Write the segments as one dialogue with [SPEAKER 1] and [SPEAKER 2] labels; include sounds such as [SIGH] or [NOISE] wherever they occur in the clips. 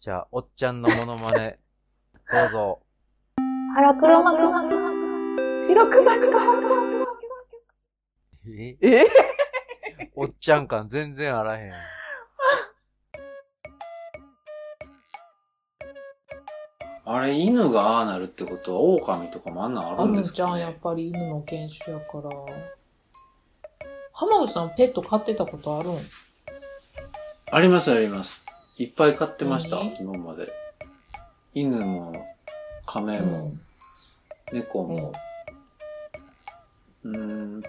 [SPEAKER 1] じゃあ、おっちゃんのモノマネ、どうぞ。
[SPEAKER 2] 腹黒幕、白黒幕。
[SPEAKER 1] え
[SPEAKER 2] え
[SPEAKER 1] おっちゃん感全然あらへん。
[SPEAKER 3] あれ、犬がああなるってことは、狼とかもあんなんある
[SPEAKER 4] あ
[SPEAKER 3] ん
[SPEAKER 4] る
[SPEAKER 3] で
[SPEAKER 4] ん
[SPEAKER 3] す
[SPEAKER 4] ちゃ
[SPEAKER 3] か、
[SPEAKER 4] ん、やっ
[SPEAKER 3] ね、
[SPEAKER 4] ぱり犬の犬種やから。浜口さん、ペット飼ってたことあるん
[SPEAKER 3] ありますあります。いっぱい飼ってました、
[SPEAKER 4] 何
[SPEAKER 3] 今まで。犬も、亀も、猫も。うーん、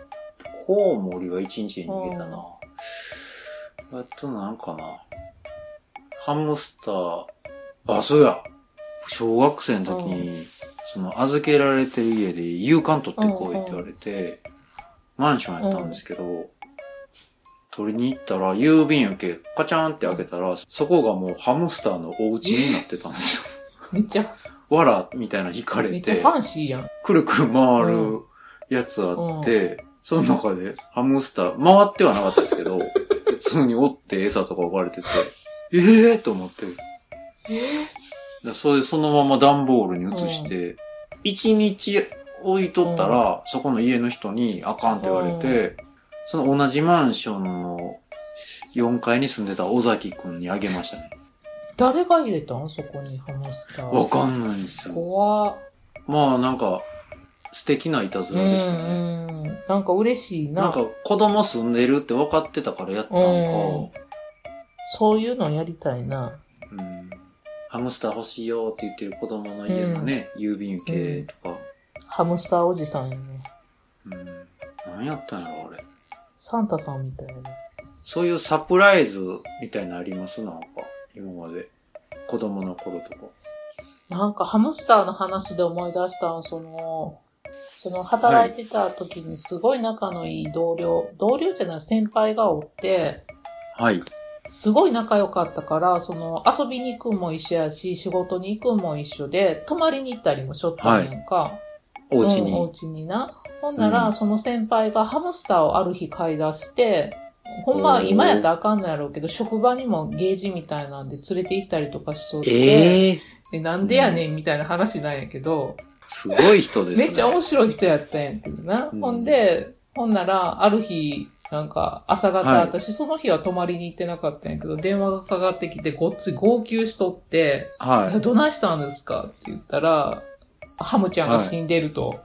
[SPEAKER 3] コウモリは一日に逃げたな。あとなんかな。ハムスター、あ、そうや。小学生の時に、その預けられてる家で勇敢取ってこいって言われて、マンションやったんですけど、取りに行ったら郵便受けカチャンって開けたら、そこがもうハムスターのお家になってたんです [LAUGHS] よ。
[SPEAKER 4] めっちゃ、
[SPEAKER 3] わらみたいな引か
[SPEAKER 4] め
[SPEAKER 3] れ
[SPEAKER 4] っちゃ
[SPEAKER 3] て
[SPEAKER 4] フ。ァンシーやん。
[SPEAKER 3] くるくる回るやつあって、その中でハムスター、回ってはなかったですけ [LAUGHS] ど、普通に折って餌とか置かれ [LAUGHS] てて、ええー、と思って。だそれでそのまま段ボールに移して、一、日置いとったら、そこの家の人にあかんって言われて、その同じマンションの4階に住んでた尾崎くんにあげましたね。
[SPEAKER 4] 誰が入れたんそこにハムスター。
[SPEAKER 3] わかんないんですよ。
[SPEAKER 4] 怖っ
[SPEAKER 3] まあなんか、素敵ないたずらでしたね。
[SPEAKER 4] うんうんなんか嬉しいな。
[SPEAKER 3] なんか子供住んでるって分かってたからやったんか、
[SPEAKER 4] そういうのやりたいな。
[SPEAKER 3] うんハムスター欲しいよって言ってる子供の家のね、郵便受けとか、
[SPEAKER 4] ハムスターおじさんやね。
[SPEAKER 3] うん、何やったんやろあれ。
[SPEAKER 4] サンタさんみたいな。
[SPEAKER 3] そういうサプライズみたいなのありますなんか、今まで。子供の頃とか。
[SPEAKER 4] なんかハムスターの話で思い出したんその、その働いてた時にすごい仲のいい同僚、同僚じゃない先輩がおって、
[SPEAKER 3] はい。
[SPEAKER 4] すごい仲良かったから、その遊びに行くんも一緒やし、仕事に行くんも一緒で、泊まりに行ったりもしょったんやんか。
[SPEAKER 3] お家
[SPEAKER 4] うん、お
[SPEAKER 3] に。
[SPEAKER 4] 家にな。ほんなら、
[SPEAKER 3] うん
[SPEAKER 4] その先輩がハムスターをある日買い出して、ほんま
[SPEAKER 3] おー
[SPEAKER 4] 今やったらあかんのやろうけど、職場にもゲージみたいなんで連れて行ったりとかしそうで、
[SPEAKER 3] ええー、
[SPEAKER 4] でなんでやねんみたいな話なんやけど、
[SPEAKER 3] すごい人ですね。
[SPEAKER 4] めっちゃ面白い人やったんやけどな。
[SPEAKER 3] うん
[SPEAKER 4] ほんで、ほんなら、ある日、なんか、朝方、
[SPEAKER 3] はい
[SPEAKER 4] 私、その日は泊まりに行ってなかったんやけど、電話がかかってきて、ごっつい号泣しとって、
[SPEAKER 3] はい。は
[SPEAKER 4] どないしたんですかって言ったら、ハムちゃんが死んでると。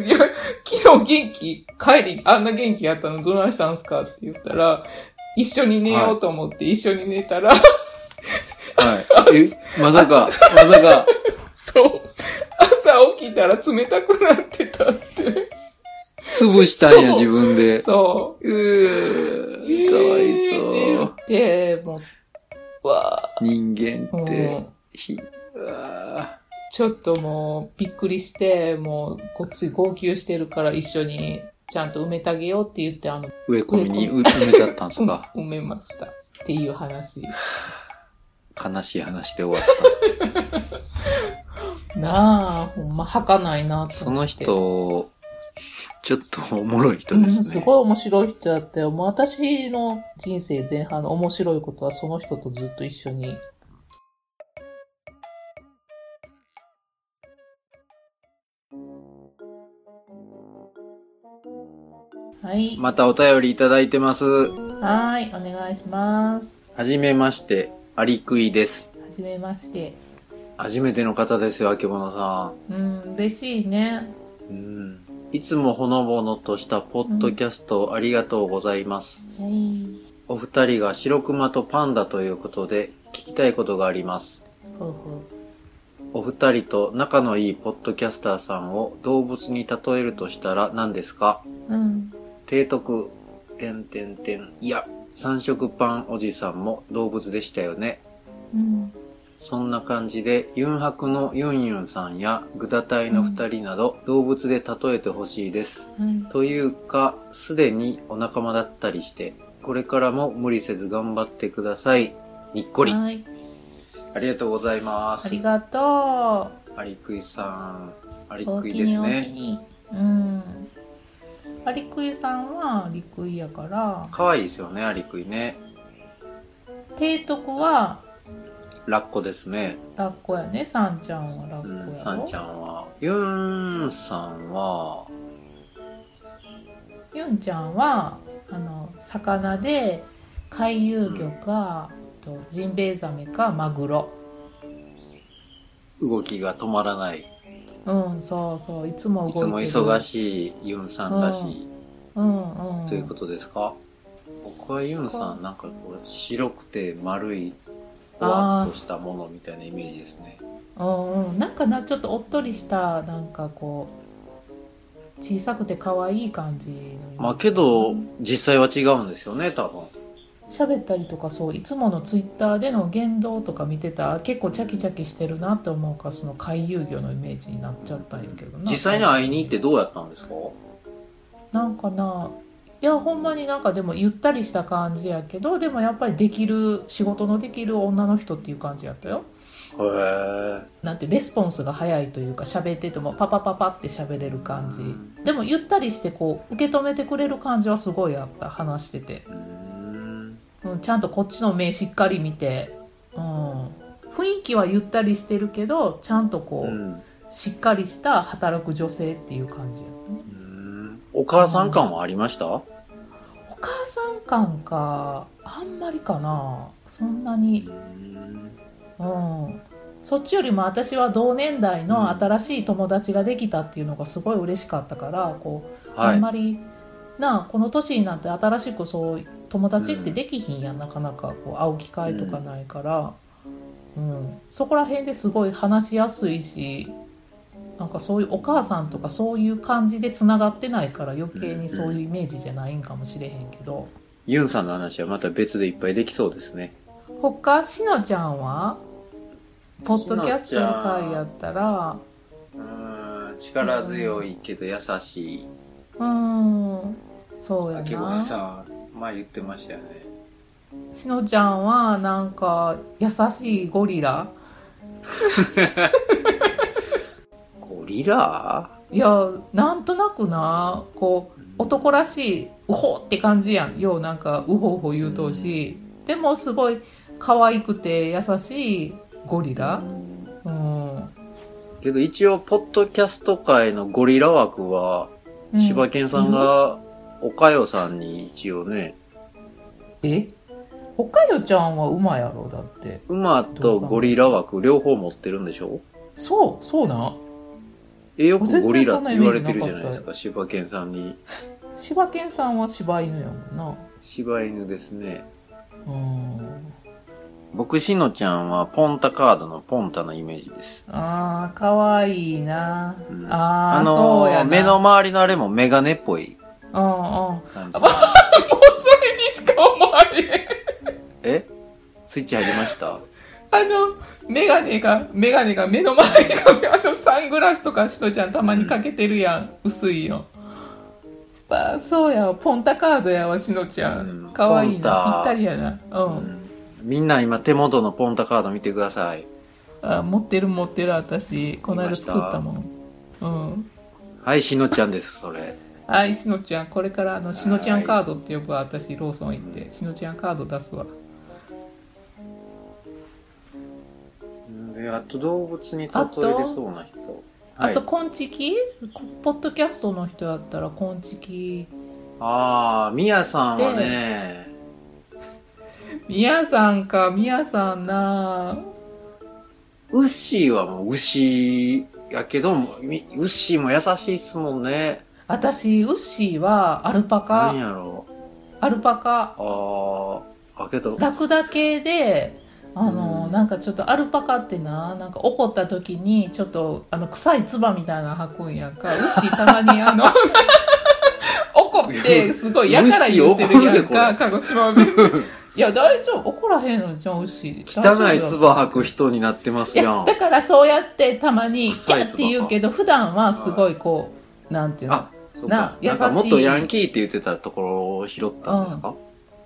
[SPEAKER 3] い。
[SPEAKER 4] [LAUGHS] いや、昨日元気、帰り、あんな元気やったのどないしたんすかって言ったら、一緒に寝ようと思って一緒に寝たら、 [LAUGHS]
[SPEAKER 3] はい。え、まさか、まさか、
[SPEAKER 4] そう、朝起きたら冷たくなってたって。
[SPEAKER 3] 潰したんや、
[SPEAKER 4] そう
[SPEAKER 3] 自分で。
[SPEAKER 4] そう
[SPEAKER 3] ー、かわいそう。
[SPEAKER 4] う。で、もう、わ
[SPEAKER 3] 人間
[SPEAKER 4] ー
[SPEAKER 3] って、
[SPEAKER 4] もう、
[SPEAKER 3] ひ、うわ
[SPEAKER 4] ちょっともう、びっくりして、もう、ごっつい号泣してるから一緒に、ちゃんと埋めてあげようって言って、あの、
[SPEAKER 3] ー植え込みにう埋めちゃったんですか
[SPEAKER 4] うん埋めました。っていう話。
[SPEAKER 3] 悲しい話で終わっ
[SPEAKER 4] なあ、ほんま、儚かないなと思っ
[SPEAKER 3] [LAUGHS]
[SPEAKER 4] て
[SPEAKER 3] た。。その人、ちょっとおもろい人で
[SPEAKER 4] うん、
[SPEAKER 3] す
[SPEAKER 4] す
[SPEAKER 3] ね
[SPEAKER 4] ご。い面白い人だったよ。もう私の人生前半の面白いことはその人とずっと一緒に。はい。
[SPEAKER 3] またお便りいただいてます。
[SPEAKER 4] はーい。お願いします。
[SPEAKER 3] はじめまして、アリクイです。
[SPEAKER 4] はじめまして。
[SPEAKER 3] 初めての方ですよ、あけぼのさ
[SPEAKER 4] うん、嬉しいね。
[SPEAKER 3] ん。うん。いつもほのぼのとしたポッドキャストをありがとうございます。
[SPEAKER 4] はい。
[SPEAKER 3] お二人が白熊とパンダということで、聞きたいことがあります。
[SPEAKER 4] ほうほ
[SPEAKER 3] お二人と仲のいいポッドキャスターさんを動物に例えるとしたら何ですか
[SPEAKER 4] う。うん。
[SPEAKER 3] 提督、てんてんてん、いや、三色パンおじさんも動物でしたよね。
[SPEAKER 4] うん。
[SPEAKER 3] そんな感じで、ユンハクのユンユンさんやグダタイの二人など動物で例えてほしいです。
[SPEAKER 4] はい。
[SPEAKER 3] というか、すでにお仲間だったりして、これからも無理せず頑張ってください。にっこり。
[SPEAKER 4] はい。
[SPEAKER 3] ありがとうございま
[SPEAKER 4] あ
[SPEAKER 3] す
[SPEAKER 4] り。がとう。
[SPEAKER 3] アリクイさん。アリ
[SPEAKER 4] 大
[SPEAKER 3] ク
[SPEAKER 4] き
[SPEAKER 3] イ
[SPEAKER 4] に
[SPEAKER 3] です
[SPEAKER 4] 大き
[SPEAKER 3] ね。
[SPEAKER 4] にうんアリクイさんはアリクイやから
[SPEAKER 3] 可愛いですよね、アリクイね。
[SPEAKER 4] 提督は
[SPEAKER 3] ラッコですね。
[SPEAKER 4] ラッコやね。サンちゃんはラッ
[SPEAKER 3] う
[SPEAKER 4] コやろ。
[SPEAKER 3] ん、さんちゃんは。ユンさんは、
[SPEAKER 4] ユンちゃんはあの魚で回遊魚か、とジンベエザメかマグロ
[SPEAKER 3] 動きが止まらない。
[SPEAKER 4] うんそうそういつも動い
[SPEAKER 3] い
[SPEAKER 4] て
[SPEAKER 3] つ
[SPEAKER 4] る
[SPEAKER 3] も忙しいユンさんらしい、
[SPEAKER 4] うんうん
[SPEAKER 3] ということですか僕はユンさん、なんかこう、白くて丸い、ふわっとしたものみたいなイメージですね。
[SPEAKER 4] うんうんなんかなちょっとおっとりしたなんかこう小さくて可愛い感じのイメージ
[SPEAKER 3] まあけど、実際は違うんですよね、多分。
[SPEAKER 4] 喋ったりとかそういつものツイッターでの言動とか見てたら結構チャキチャキしてるなって思うからその回遊魚のイメージになっちゃったんやけどな
[SPEAKER 3] 実際に会いに行ってどうやったんですか
[SPEAKER 4] なんかないやほんまになんかでもゆったりした感じやけどでもやっぱりできる仕事のできる女の人っていう感じやったよ
[SPEAKER 3] へー。
[SPEAKER 4] なんてレスポンスが早いというか喋っててもパパパパって喋れる感じでもゆったりしてこう受け止めてくれる感じはすごいあった話してて、
[SPEAKER 3] うーん。
[SPEAKER 4] うん、ちゃんとこっちの目しっかり見て、うん、雰囲気はゆったりしてるけどちゃんとこう、
[SPEAKER 3] うん
[SPEAKER 4] しっかりした働く女性っていう感じやったね
[SPEAKER 3] うーんお母さん感はありました
[SPEAKER 4] お母さん感かあんまりかなそんなにうんそっちよりも私は同年代の新しい友達ができたっていうのがすごい嬉しかったからこう、
[SPEAKER 3] は
[SPEAKER 4] あん
[SPEAKER 3] い。
[SPEAKER 4] まりなあこの年になって新しくそう友達ってできひんやん、なかなかこう会う機会とかないから、うんそこら辺ですごい話しやすいしなんかそういうお母さんとかそういう感じでつながってないから余計にそういうイメージじゃないんかもしれへんけど。
[SPEAKER 3] ユンさんの話はまた別でいっぱいできそうですね。
[SPEAKER 4] 他しのちゃんはポッドキャストの回やったら
[SPEAKER 3] うーん、力強いけど優しい。
[SPEAKER 4] うーんそうや
[SPEAKER 3] 秋
[SPEAKER 4] な
[SPEAKER 3] 葉さん、前言ってましたよね。
[SPEAKER 4] しのちゃんはなんか優しいゴリラ
[SPEAKER 3] ゴリラ
[SPEAKER 4] いやなんとなくなこう男らしいうほって感じやんようなんかうほうほ言うとうしでもすごい可愛くて優しいゴリラ
[SPEAKER 3] うん
[SPEAKER 4] うん
[SPEAKER 3] けど一応、ポッドキャスト界のゴリラ枠は、
[SPEAKER 4] うん
[SPEAKER 3] 柴犬さんが、おかよさんに一応ね、
[SPEAKER 4] えおかよちゃんは馬やろだって
[SPEAKER 3] 馬とゴリラ枠両方持ってるんでしょ
[SPEAKER 4] そうそうなん
[SPEAKER 3] え、よく
[SPEAKER 4] 全然
[SPEAKER 3] ゴリラ
[SPEAKER 4] そ
[SPEAKER 3] っ
[SPEAKER 4] んな
[SPEAKER 3] て
[SPEAKER 4] イ
[SPEAKER 3] 言
[SPEAKER 4] メ
[SPEAKER 3] わ
[SPEAKER 4] ー
[SPEAKER 3] れて
[SPEAKER 4] ジなかっ
[SPEAKER 3] る
[SPEAKER 4] た
[SPEAKER 3] じゃないですか、柴犬さんに。
[SPEAKER 4] 柴犬さんは柴犬やもんな
[SPEAKER 3] 柴犬ですね。
[SPEAKER 4] うん
[SPEAKER 3] 僕、しのちゃんは、ポンタカードのポンタのイメージです。
[SPEAKER 4] あーかわいいな、
[SPEAKER 3] うん
[SPEAKER 4] あー
[SPEAKER 3] あ
[SPEAKER 4] そう
[SPEAKER 3] の
[SPEAKER 4] や
[SPEAKER 3] ー、
[SPEAKER 4] な
[SPEAKER 3] 目の周りのあれもメガネっぽい
[SPEAKER 4] うんうんも
[SPEAKER 3] 感じ。
[SPEAKER 4] うそれにしか思われへん
[SPEAKER 3] えスイッチ入りました
[SPEAKER 4] あのメガネがメガネが目の前にあのサングラスとかしのちゃんたまにかけてるやん、薄いのあそうやポンタカードやわしのちゃ
[SPEAKER 3] うん
[SPEAKER 4] んかわい
[SPEAKER 3] ポン
[SPEAKER 4] いなぴ
[SPEAKER 3] タ
[SPEAKER 4] ったりやなうん、
[SPEAKER 3] みんな今手元のポンタカード見てください。
[SPEAKER 4] あ持ってる持ってる私この
[SPEAKER 3] 見
[SPEAKER 4] 間
[SPEAKER 3] ました
[SPEAKER 4] 作ったもんうん
[SPEAKER 3] はい、しのちゃんです、それ。
[SPEAKER 4] はい、しのちゃん、これからあのしのちゃんカードって呼ぶわ、私、ローソン行って、しのちゃんカード出すわ。
[SPEAKER 3] で、あと動物に例えれ
[SPEAKER 4] あと
[SPEAKER 3] そうな人。は
[SPEAKER 4] あ
[SPEAKER 3] い
[SPEAKER 4] と、、こんちき、こポッドキャストの人やったら、こんちき。
[SPEAKER 3] あー、みやさんはね、
[SPEAKER 4] みやさんか、みやさんな
[SPEAKER 3] ウッシーはもう牛やけど、みウッシーも優しいっすもんね。
[SPEAKER 4] 私、ウッシーはアルパ
[SPEAKER 3] なん
[SPEAKER 4] カ、
[SPEAKER 3] やろ
[SPEAKER 4] アルパカ、
[SPEAKER 3] あー、あけど、
[SPEAKER 4] ラクダ系で、あの、
[SPEAKER 3] うん
[SPEAKER 4] なんかちょっとアルパカってな、なんか怒った時に、ちょっと、あの、臭い唾みたいなの吐くんやんか。ウッシーたまに、
[SPEAKER 3] [LAUGHS]
[SPEAKER 4] あの、怒って、すごいやから言ってる
[SPEAKER 3] ウッシー怒
[SPEAKER 4] やんか、
[SPEAKER 3] るでこれ
[SPEAKER 4] 鹿児島弁。いや、大丈夫。怒らへんのじゃん、ウッシー。
[SPEAKER 3] 汚い
[SPEAKER 4] 唾
[SPEAKER 3] 唾吐く人になってますやん
[SPEAKER 4] だ。からそうやってたまに、キ
[SPEAKER 3] 臭い唾
[SPEAKER 4] ャーって言うけど、普段はすごいこう、なんていうの
[SPEAKER 3] あ、そうか
[SPEAKER 4] な。優し
[SPEAKER 3] ないんか元ヤンキーって言ってたところを拾ったんですか、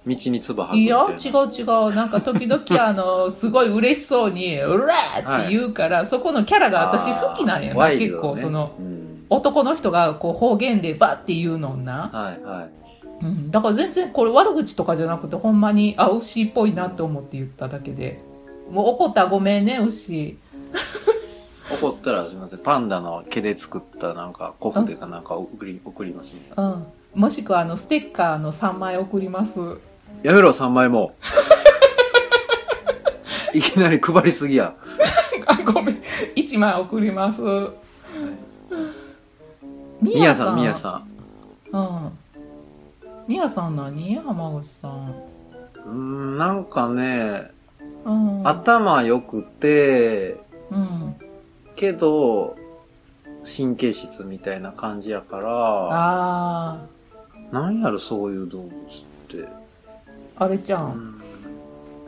[SPEAKER 3] 道に唾吐く
[SPEAKER 4] い
[SPEAKER 3] みたい
[SPEAKER 4] や
[SPEAKER 3] な。
[SPEAKER 4] 違う違うなんか時々あのすごい嬉しそうに「うら!」って言うから、そこのキャラが私好きなんやな、
[SPEAKER 3] ワイル
[SPEAKER 4] 結
[SPEAKER 3] ド
[SPEAKER 4] 構
[SPEAKER 3] ね
[SPEAKER 4] その
[SPEAKER 3] うん
[SPEAKER 4] 男の人がこう方言でバッて言うのんな
[SPEAKER 3] はいはい。
[SPEAKER 4] うん、だから全然これ悪口とかじゃなくてほんまにあ牛っぽいなと思って言っただけでもう怒ったらごめんね牛
[SPEAKER 3] 怒ったらすみません。パンダの毛で作ったなんかコフでかなんか送り、送りますね。
[SPEAKER 4] うんもしくはあのステッカーの3枚送ります [LAUGHS]
[SPEAKER 3] やめろ、3枚も。いきなり配りすぎや。
[SPEAKER 4] あごめん1枚送りますみ
[SPEAKER 3] みやさん、みやさ
[SPEAKER 4] うんみやさん何浜口さん
[SPEAKER 3] ん。うーん、なんかね、
[SPEAKER 4] うん
[SPEAKER 3] 頭良くて、
[SPEAKER 4] うん
[SPEAKER 3] けど、神経質みたいな感じやから、
[SPEAKER 4] あ
[SPEAKER 3] なんやろ、そういう動物って。
[SPEAKER 4] ああれちゃ
[SPEAKER 3] うんん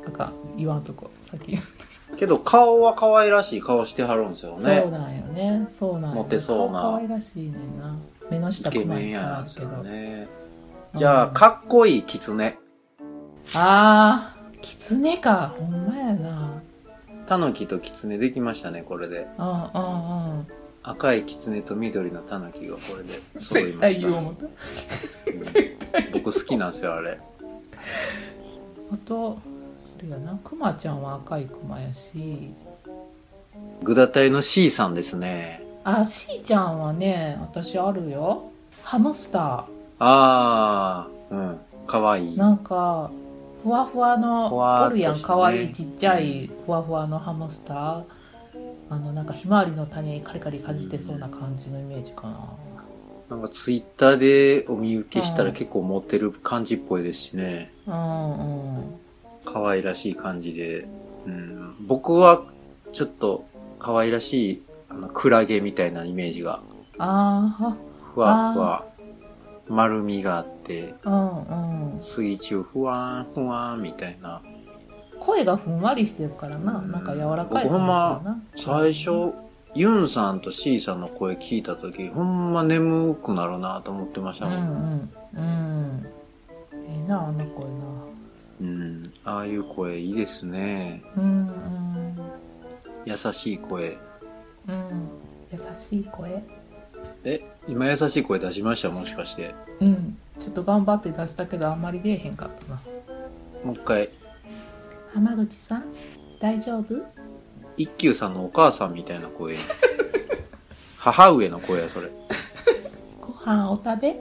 [SPEAKER 4] なんか言わんとこ先、
[SPEAKER 3] けど、顔は可愛らしい顔してはるんですよ
[SPEAKER 4] そう
[SPEAKER 3] ね。
[SPEAKER 4] なんよねそうなんよ
[SPEAKER 3] モテそうな
[SPEAKER 4] 顔可愛らしいねんな目の
[SPEAKER 3] イ
[SPEAKER 4] 下
[SPEAKER 3] ケ
[SPEAKER 4] くま
[SPEAKER 3] メン
[SPEAKER 4] いっ
[SPEAKER 3] や
[SPEAKER 4] ぱいあ
[SPEAKER 3] ん
[SPEAKER 4] る
[SPEAKER 3] す
[SPEAKER 4] け
[SPEAKER 3] よ
[SPEAKER 4] ど
[SPEAKER 3] ね。じゃあ、かっこいいキツネ。
[SPEAKER 4] あー、キツネか。ほんまやな。
[SPEAKER 3] タヌキとキツネできましたね、これで。
[SPEAKER 4] うんうんうん。
[SPEAKER 3] 赤いキツネと緑のタヌキがこれで揃い
[SPEAKER 4] 絶
[SPEAKER 3] ま
[SPEAKER 4] 対
[SPEAKER 3] し
[SPEAKER 4] 言おう
[SPEAKER 3] た、
[SPEAKER 4] 思った。絶対。
[SPEAKER 3] 僕好きなんですよ、あれ。
[SPEAKER 4] あと、それやな。クマちゃんは赤いクマやし。
[SPEAKER 3] グダタイの C さんですね。
[SPEAKER 4] あ、シーちゃんはね、私あるよ。ハムスタ
[SPEAKER 3] あー、うん。かわい
[SPEAKER 4] ー。
[SPEAKER 3] い。
[SPEAKER 4] なんか、ふわふわ
[SPEAKER 3] ふわ
[SPEAKER 4] の、
[SPEAKER 3] ー
[SPEAKER 4] お
[SPEAKER 3] っとし
[SPEAKER 4] る
[SPEAKER 3] てね
[SPEAKER 4] やん。かわいいちっちゃいふわふわのハムスター。あの、なんかひまわりの種カリカリかじってそうな感じのイメージかな。
[SPEAKER 3] なんかツイッターでお見受けした
[SPEAKER 4] う
[SPEAKER 3] ら
[SPEAKER 4] ん
[SPEAKER 3] 結構モテる感じっぽいですしね。
[SPEAKER 4] うんうん。
[SPEAKER 3] 可愛らしい感じで。うん、僕はちょっと可愛らしいあのクラゲみたいなイメージが。
[SPEAKER 4] あ
[SPEAKER 3] ふわふわ。丸みがあって、
[SPEAKER 4] ー、うんうん。
[SPEAKER 3] 水中ふわーんふわーんみたいな。
[SPEAKER 4] 声がふんわりしてるからな、
[SPEAKER 3] うん
[SPEAKER 4] なんか柔らかい感じ
[SPEAKER 3] 僕ほ
[SPEAKER 4] だ
[SPEAKER 3] んま
[SPEAKER 4] な
[SPEAKER 3] 最初、ユンさんと C さんの声聞いたとき、ほんま眠くなるなと思ってまし
[SPEAKER 4] う
[SPEAKER 3] た
[SPEAKER 4] んう
[SPEAKER 3] もん。
[SPEAKER 4] んうんええなあの声な
[SPEAKER 3] うん。ああいう声いいですね。
[SPEAKER 4] うんうん
[SPEAKER 3] 優しい声。
[SPEAKER 4] うん優しい声
[SPEAKER 3] え、今優しい声出しましたもしかして。
[SPEAKER 4] うんちょっと頑張って出したけどあんまり出えへんかったな
[SPEAKER 3] もう一回、
[SPEAKER 4] 浜口さん大丈夫
[SPEAKER 3] 一休さんのお母さんみたいな [LAUGHS] 声。母上の声や、それ。
[SPEAKER 4] ご飯お食べ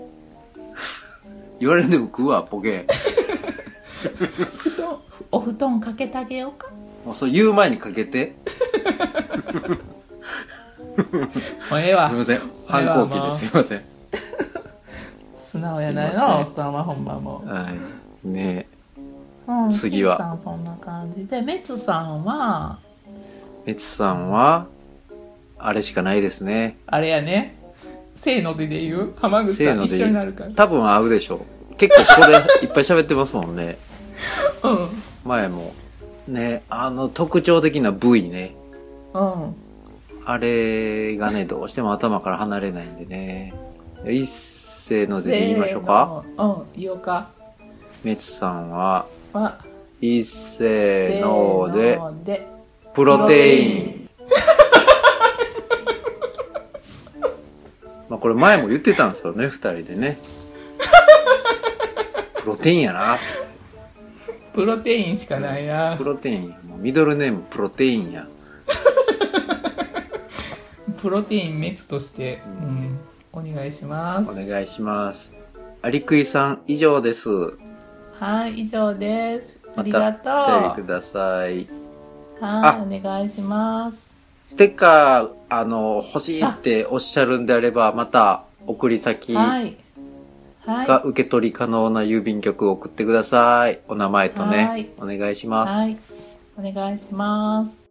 [SPEAKER 3] 言われんでも食うわ、ボケ。
[SPEAKER 4] 布団お布団かけてあげようか
[SPEAKER 3] もうそう言う前にかけて。
[SPEAKER 4] もうええわ
[SPEAKER 3] すいません。反抗期です。すいません。
[SPEAKER 4] 素直やないなおっさんはほんまも
[SPEAKER 3] はい。ね
[SPEAKER 4] う、うん、
[SPEAKER 3] 次は
[SPEAKER 4] T さんそんな感じでメツさんは
[SPEAKER 3] え。エツさんは、あれしかないですね。
[SPEAKER 4] あれやね。せーのでで言う浜口
[SPEAKER 3] せ
[SPEAKER 4] さ
[SPEAKER 3] ー
[SPEAKER 4] ん
[SPEAKER 3] ので
[SPEAKER 4] 一
[SPEAKER 3] 言う
[SPEAKER 4] 緒になるから。
[SPEAKER 3] 多分合うでしょう。結構これいっぱい喋ってますもんね。
[SPEAKER 4] うん。
[SPEAKER 3] 前も。ね、あの特徴的な部位ね。
[SPEAKER 4] うん。
[SPEAKER 3] あれがね、どうしても頭から離れないんでね。一せーので言いましょうか。
[SPEAKER 4] せーの。うん、言おうか。
[SPEAKER 3] メツさんは、
[SPEAKER 4] あ、
[SPEAKER 3] 一せーので
[SPEAKER 4] せ、ーので。
[SPEAKER 3] プロテイン。まあこれ前も言ってたんですよね、二人でね。プロテインやな、つって。
[SPEAKER 4] プロテインしかないな
[SPEAKER 3] プ。ロテイン。もうミドルネームプロテインや。
[SPEAKER 4] プロテインメツとして、うん。お願いします。
[SPEAKER 3] お願いします。アリクイさん以上です。
[SPEAKER 4] はい、以上です。あ
[SPEAKER 3] ま
[SPEAKER 4] り
[SPEAKER 3] た
[SPEAKER 4] が
[SPEAKER 3] お便
[SPEAKER 4] と
[SPEAKER 3] りください。
[SPEAKER 4] う。はい、お願いします。
[SPEAKER 3] ステッカー、あの、欲しいっておっしゃるんであれば、また送り先
[SPEAKER 4] は
[SPEAKER 3] が
[SPEAKER 4] い。はい。
[SPEAKER 3] 受け取り可能な郵便局を送ってください。お名前と
[SPEAKER 4] は
[SPEAKER 3] ね
[SPEAKER 4] い、
[SPEAKER 3] お願いします。
[SPEAKER 4] はい。お願いします。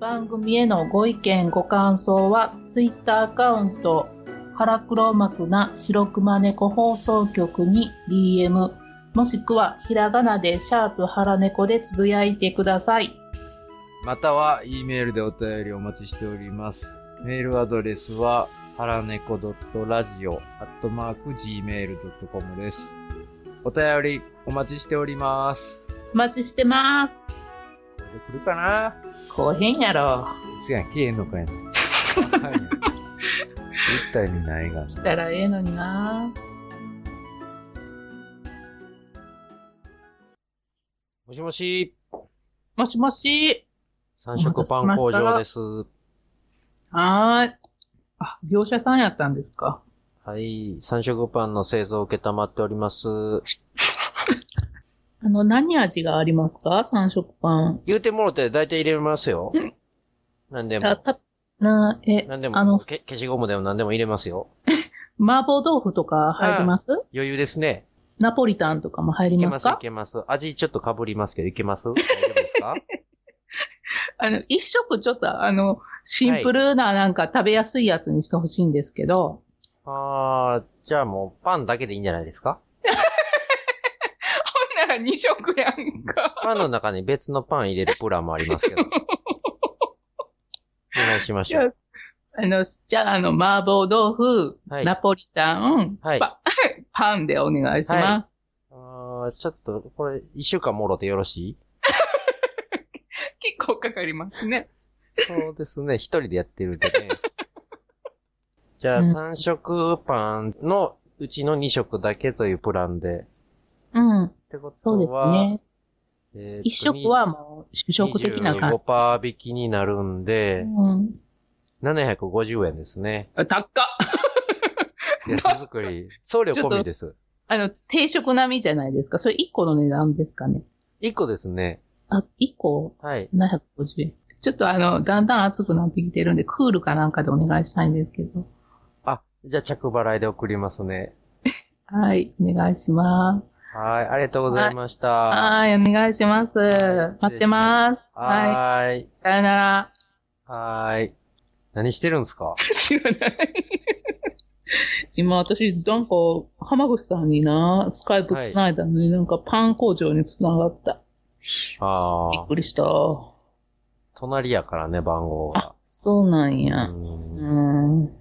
[SPEAKER 2] 番組へのご意見、ご感想は、ツイッターアカウント、腹黒幕な白熊猫放送局に DM、もしくはひらがなでシャープ腹猫でつぶやいてください。
[SPEAKER 1] または、E メールでお便りお待ちしております。メールアドレスは、はらねこ .radio.gmail.com です。お便りお待ちしております。
[SPEAKER 2] お待ちしてます。
[SPEAKER 1] こで来るかな
[SPEAKER 4] こうへんやろ。
[SPEAKER 1] せやん、消えんのかやな。はい絶対見ないがな。
[SPEAKER 4] したらええのにな。
[SPEAKER 1] もしもし、
[SPEAKER 4] もしもし。
[SPEAKER 1] 三色パン工場です。
[SPEAKER 4] はーい。あ、業者さんやったんですか。
[SPEAKER 1] はい、三色パンの製造を受けたまっております。
[SPEAKER 4] あの、何味がありますか三色パン。
[SPEAKER 1] 言うてもろて大体入れますよ。何で
[SPEAKER 4] た、
[SPEAKER 1] も。
[SPEAKER 4] た、な、え、
[SPEAKER 1] 何で
[SPEAKER 4] あの
[SPEAKER 1] も、け消しゴムでも何でも入れますよ。
[SPEAKER 4] 麻婆豆腐とか入ります
[SPEAKER 1] 余裕ですね。
[SPEAKER 4] ナポリタンとかも入
[SPEAKER 1] い
[SPEAKER 4] り
[SPEAKER 1] け
[SPEAKER 4] ま
[SPEAKER 1] ますす、い
[SPEAKER 4] か
[SPEAKER 1] けます。味ちょっと被りますけど、いけます大丈夫で
[SPEAKER 4] [LAUGHS]
[SPEAKER 1] すか
[SPEAKER 4] あの、一食ちょっと、あの、シンプルななんか食べやすいやつにしてほしいんですけど、
[SPEAKER 1] あー、じゃあもうパンだけでいいんじゃないですか
[SPEAKER 4] [LAUGHS] ほんなら二食やんか。
[SPEAKER 1] パンの中に別のパン入れるプランもありますけ
[SPEAKER 4] [LAUGHS]
[SPEAKER 1] ど。お願いしま
[SPEAKER 4] い
[SPEAKER 1] しょ
[SPEAKER 4] や
[SPEAKER 1] う。
[SPEAKER 4] あの、じゃあ、あの、麻婆豆腐、
[SPEAKER 1] はい
[SPEAKER 4] ナポリタン、
[SPEAKER 1] はい
[SPEAKER 4] パ、パンでお願いします。
[SPEAKER 1] はあーちょっと、これ、一週間もろてよろしい
[SPEAKER 4] 結構かかりますね。
[SPEAKER 1] そうですね。一人でやってるんでね。
[SPEAKER 4] [LAUGHS]
[SPEAKER 1] じゃあ、
[SPEAKER 4] うん
[SPEAKER 1] 三色パンのうちの二色だけというプランで。
[SPEAKER 4] うん、
[SPEAKER 1] ってこと
[SPEAKER 4] そ
[SPEAKER 1] は、
[SPEAKER 4] うですね。
[SPEAKER 1] えーと
[SPEAKER 4] 一食はもう主食的な感じ。
[SPEAKER 1] 25%引きになるんで、
[SPEAKER 4] うん。
[SPEAKER 1] 750円ですね。
[SPEAKER 4] [LAUGHS] あ高っ
[SPEAKER 1] いや、手作り。送料込みです。
[SPEAKER 4] あの、定食並みじゃないですか。それ1個の値段ですかね。
[SPEAKER 1] 1個ですね。
[SPEAKER 4] あ、1個
[SPEAKER 1] はい。
[SPEAKER 4] 750円。ちょっとあの、だんだん暑くなってきてるんで、クールかなんかでお願いしたいんですけど。
[SPEAKER 1] あ、じゃあ着払いで送りますね。
[SPEAKER 4] はい、お願いします。
[SPEAKER 1] はい、ありがとうございました。
[SPEAKER 4] はい、お願いします。
[SPEAKER 1] はい
[SPEAKER 4] 待ってます。は
[SPEAKER 1] はーい。
[SPEAKER 4] い、さよなら。 [LAUGHS]
[SPEAKER 1] はーい。何してるんですか
[SPEAKER 4] 知らない。今私、なんか、浜口さんにな、スカイプ繋いだのに、なんかパン工場に繋がった。
[SPEAKER 1] あ
[SPEAKER 4] びっ [LAUGHS]
[SPEAKER 1] あ、
[SPEAKER 4] くりした。
[SPEAKER 1] 隣やからね、番号が。
[SPEAKER 4] そうなん
[SPEAKER 1] う
[SPEAKER 4] や。うんん。